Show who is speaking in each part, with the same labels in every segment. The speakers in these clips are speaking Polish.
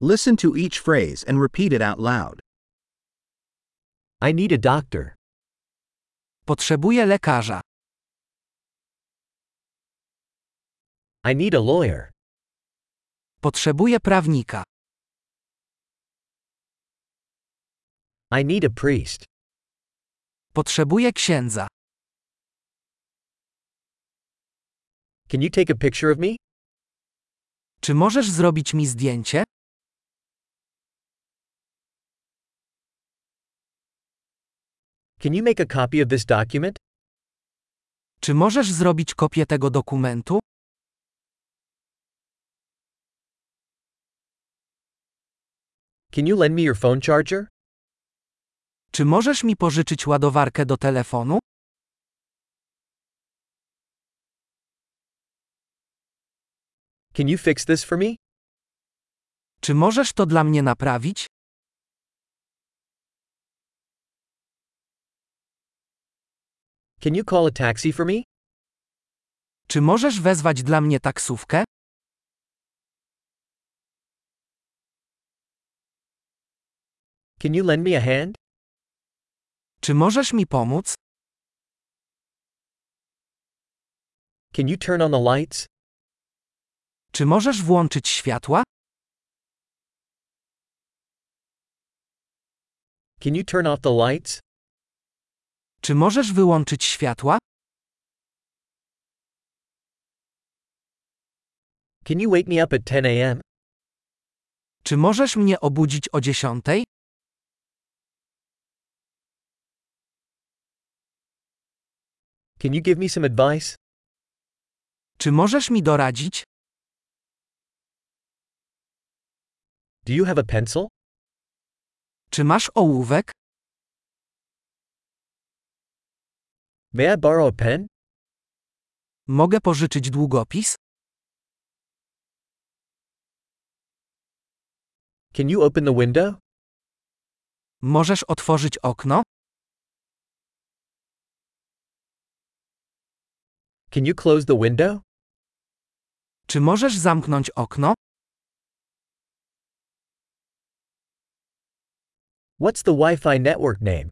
Speaker 1: Listen to each phrase and repeat it out loud.
Speaker 2: I need a doctor.
Speaker 3: Potrzebuję lekarza.
Speaker 2: I need a lawyer.
Speaker 3: Potrzebuję prawnika.
Speaker 2: I need a priest.
Speaker 3: Potrzebuję księdza.
Speaker 2: Can you take a picture of me?
Speaker 3: Czy możesz zrobić mi zdjęcie?
Speaker 2: Can you make a copy of this document?
Speaker 3: Czy możesz zrobić kopię tego dokumentu?
Speaker 2: Can you lend me your phone charger?
Speaker 3: Czy możesz mi pożyczyć ładowarkę do telefonu?
Speaker 2: Can you fix this for me?
Speaker 3: Czy możesz to dla mnie naprawić?
Speaker 2: Can you call a taxi for me?
Speaker 3: Czy możesz wezwać dla mnie taksówkę?
Speaker 2: Can you lend me a hand?
Speaker 3: Czy możesz mi pomóc?
Speaker 2: Can you turn on the lights?
Speaker 3: Czy możesz włączyć światła?
Speaker 2: Can you turn off the lights?
Speaker 3: Czy możesz wyłączyć światła?
Speaker 2: Can you wake me up at 10 a.m.?
Speaker 3: Czy możesz mnie obudzić o dziesiątej?
Speaker 2: Can you give me some advice?
Speaker 3: Czy możesz mi doradzić?
Speaker 2: Do you have a pencil?
Speaker 3: Czy masz ołówek?
Speaker 2: May I borrow a pen?
Speaker 3: Mogę pożyczyć długopis?
Speaker 2: Can you open the window?
Speaker 3: Możesz otworzyć okno?
Speaker 2: Can you close the window?
Speaker 3: Czy możesz zamknąć okno?
Speaker 2: What's the Wi Fi network name?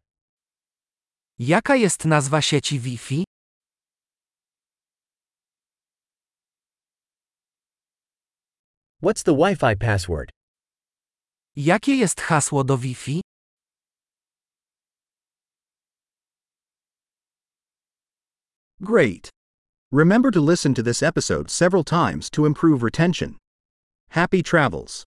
Speaker 3: Jaka jest nazwa sieci Wi-Fi?
Speaker 2: What's the Wi Fi password?
Speaker 3: Jakie jest hasło do Wi-Fi?
Speaker 1: Great! Remember to listen to this episode several times to improve retention. Happy travels!